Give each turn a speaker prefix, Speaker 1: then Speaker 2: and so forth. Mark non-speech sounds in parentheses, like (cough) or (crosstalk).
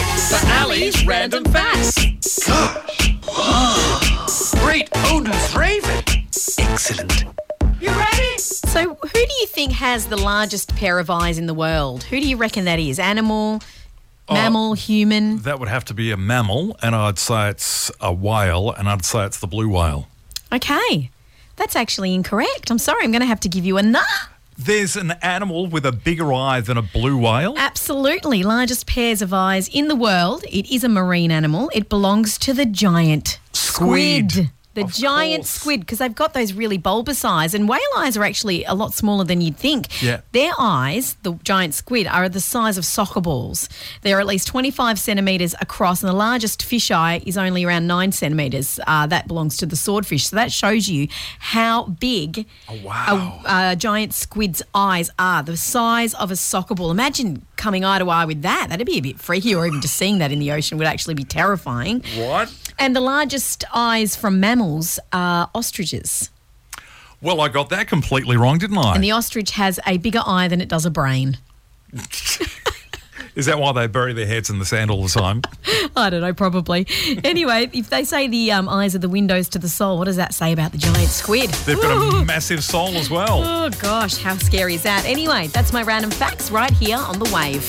Speaker 1: It's Allie's Random Facts.
Speaker 2: Gosh! Wow. Great Odin's Raven! Excellent.
Speaker 1: You ready?
Speaker 3: So, who do you think has the largest pair of eyes in the world? Who do you reckon that is? Animal, mammal, human?
Speaker 4: That would have to be a mammal, and I'd say it's a whale, and I'd say it's the blue whale.
Speaker 3: Okay. That's actually incorrect. I'm sorry. I'm going to have to give you another.
Speaker 4: There's an animal with a bigger eye than a blue whale.
Speaker 3: Uh, Absolutely. Largest pairs of eyes in the world. It is a marine animal. It belongs to the giant squid.
Speaker 4: Squid.
Speaker 3: The
Speaker 4: Of
Speaker 3: giant
Speaker 4: course.
Speaker 3: squid, because they've got those really bulbous eyes, and whale eyes are actually a lot smaller than you'd think.
Speaker 4: Yeah.
Speaker 3: Their eyes, the giant squid, are the size of soccer balls. They're at least 25 centimetres across, and the largest fish eye is only around 9 centimetres. Uh, that belongs to the swordfish. So that shows you how big
Speaker 4: Oh, wow.
Speaker 3: a, a uh, giant squid's eyes are, the size of a soccer ball. Imagine coming eye to eye with that. That'd be a bit freaky, or even just seeing that in the ocean would actually be terrifying.
Speaker 4: What?
Speaker 3: And the largest eyes from mammals are ostriches.
Speaker 4: Well, I got that completely wrong, didn't I?
Speaker 3: And the ostrich has a bigger eye than it does a brain. (laughs)
Speaker 4: Is that why they bury their heads in the sand all the time?
Speaker 3: I don't know, probably. (laughs) anyway, if they say the um, eyes are the windows to the soul, what does that say about the giant squid?
Speaker 4: They've got
Speaker 3: Ooh.
Speaker 4: a massive soul as well.
Speaker 3: Oh gosh, how scary is that? Anyway, that's my random facts right here on the wave.